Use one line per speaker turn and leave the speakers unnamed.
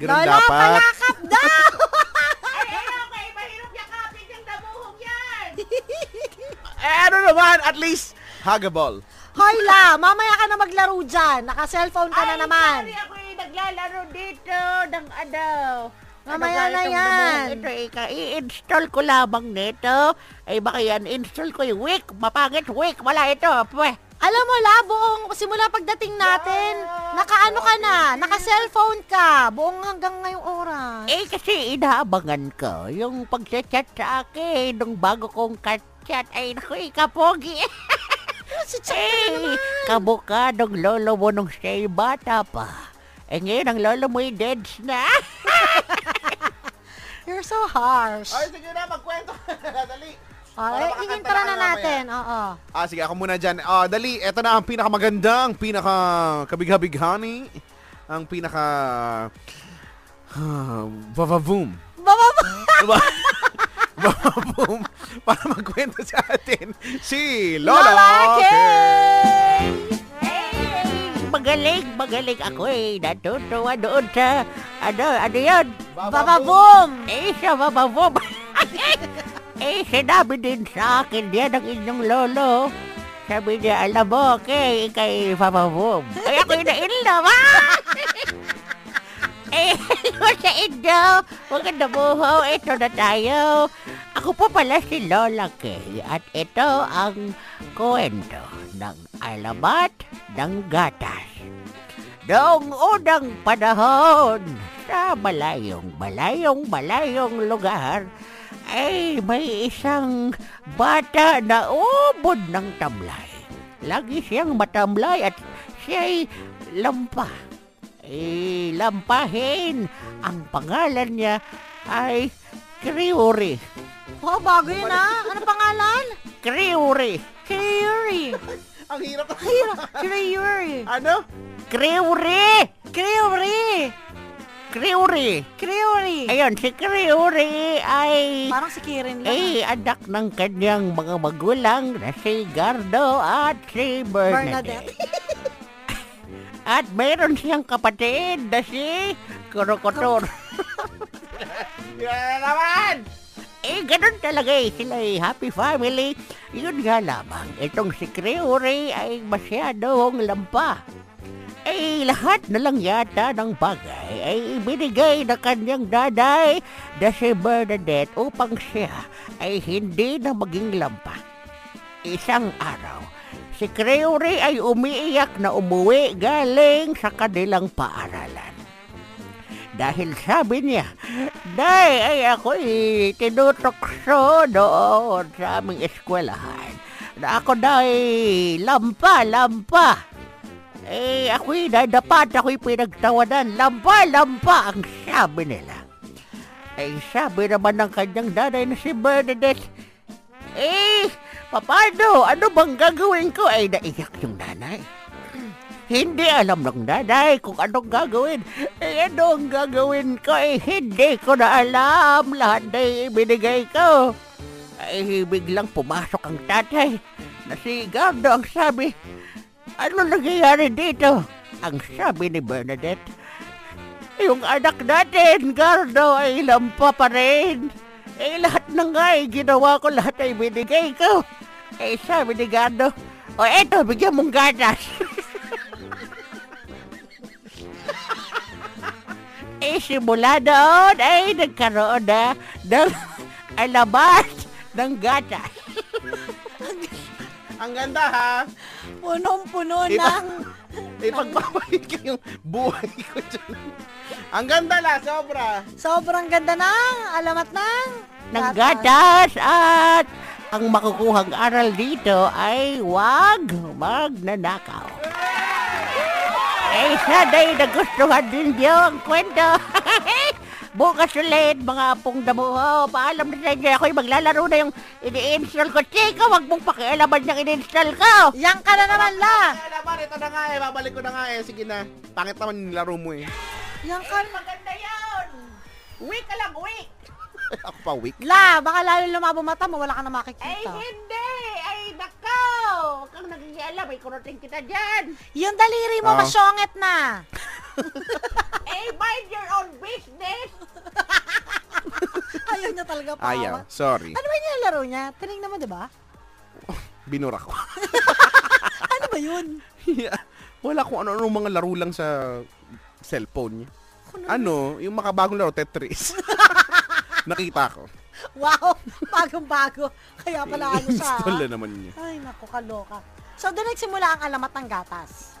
Ganun
Lolo,
dapat.
palakap daw!
Ay, ayaw kay mahirap yakapin yung damuhog yan.
Eh, ano naman, at least, huggable.
Hoyla, mamaya ka na maglaro dyan. Naka-cellphone ka na
Ay,
naman.
sorry, ako'y naglalaro dito ng ano.
Mamaya
Ano ba
na
itong
yan.
damuhog? Ito, ika, i-install ko lamang nito. Ay, baka yan, install ko yung wick. Mapangit wick. Wala ito. Pweh.
Alam mo, la, buong, simula pagdating natin, nakaano ka na, naka-cellphone ka, buong hanggang ngayong oras.
Eh, kasi inaabangan ko yung pagchat-chat sa akin nung bago kong kat-chat. Ay, naku, ikapogi.
Ano si Chuck na
Eh,
naman.
kabuka nung lolo mo nung siya'y bata pa. Eh, ngayon ang lolo mo'y dead na.
You're so harsh.
Ay, sige na, magkwento. Dali.
Ay,
para
ingin
makakanta
tara
na
na
mamaya.
natin. Oo.
Ah, sige, ako muna dyan. Ah, dali, eto na ang pinakamagandang, pinaka kabighabighani. Ang pinaka... Ah, vavavoom.
Bababa.
Diba? vavavoom. Para magkwento sa atin, si Lola,
Lola
K.
Kay!
magaling, magaling ako eh. Natutuwa doon sa, ano, ano yun?
Bababoom!
Eh, sa bababob. eh, sinabi din sa akin yan ang inyong lolo. Sabi niya, alam mo, okay, kay bababob. Ay, ako'y na-inlove, ah! Eh, what's sa inyo? Maganda buho, ito na tayo. Ako po pala si Lola Kay at ito ang kwento ng alamat ng gatas. Noong unang panahon, sa malayong, malayong, malayong lugar, ay may isang bata na ubod ng tamlay. Lagi siyang matamlay at siya'y lampa. Eh, lampahin. Ang pangalan niya ay Kriuri.
Oh, bago yun ah. Ano pangalan?
Kriuri.
Kriyuri.
Ang hirap.
Kriyuri.
ano?
Kriuri.
Kriyuri.
Kriuri.
Kriyuri.
Ayun, si Kriuri ay...
Parang si Kirin lang. ah.
Ay, anak ng kanyang mga magulang na si Gardo at si Bernadette.
Bernadette.
At mayroon siyang kapatid na si Krokotor.
Yan na naman!
Eh, ganun talaga eh. Sila eh, happy family. Yun nga lamang. Itong si Creory ay masyadong lampa. Eh, lahat na lang yata ng bagay ay ibinigay na kanyang daday na si Bernadette upang siya ay hindi na maging lampa. Isang araw, si Creory ay umiiyak na umuwi galing sa kanilang paaralan. Dahil sabi niya, Day, ay ako'y tinutokso doon sa aming eskwelahan. Na ako day, lampa, lampa. Eh, ako'y nadapat, ako'y pinagtawanan. Lampa, lampa, ang sabi nila. Ay, sabi naman ng kanyang nanay na si Bernadette, Eh, papano? Ano bang gagawin ko? Ay, naiyak yung nanay. Hindi alam ng nanay kung anong gagawin. Eh, ano ang gagawin ko? Eh, hindi ko na alam. Lahat na ibinigay ko. Ay, biglang pumasok ang tatay. Na si Gardo ang sabi, Ano nangyayari dito? Ang sabi ni Bernadette, Yung anak natin, Gardo, ay lampa pa rin. Eh, lahat na nga eh, ginawa ko, lahat ay binigay ko. Eh, sabi ni Gardo, O eto, bigyan mong gatas. Eh, simula doon ay nagkaroon na ng alabas ng gatas.
Ang ganda ha!
Punong-puno
Diba?
ng...
Ipagbabalik ko yung buhay ko dyan. Ang ganda la, sobra!
Sobrang ganda ng alamat ng... ah.
Ng gatas at ang makukuhang aral dito ay wag magnanakaw. Eh, sana'y nagustuhan din niyo ang kwento. Bukas ulit, mga apong damuho. Paalam na sa inyo, ako'y maglalaro na yung ini-install ko. Chico, wag mong pakialaman yung ini-install ko.
Yan ka na naman, la.
Ay, laban, ito na nga eh. Babalik ko na nga eh. Sige na. Pangit naman yung laro mo eh.
Yan ka na.
Maganda yun! Uwi ka lang, uwi!
Ako pa weak.
La, baka lalo lumabo mata mo, wala ka na
Ay,
makikita.
hindi! Ay, nako! Huwag kang nagigialam, may kuruting kita dyan!
Yung daliri mo,
Oo.
masyonget na.
Ay, mind your own business!
Ayaw pa.
Ayaw. Sorry.
Ano ba yung laro niya? Tinignan mo, di ba?
Binura ko.
Ano ba yun?
Yeah. Wala kung ano-ano mga laro lang sa cellphone niya. Ano, yung makabagong laro, Tetris. Nakita ko.
Wow! Bagong-bago. Kaya pala ano siya.
I-install
ah.
na naman niya.
Ay, naku, kaloka. So, doon nagsimula ang alamat ng gatas.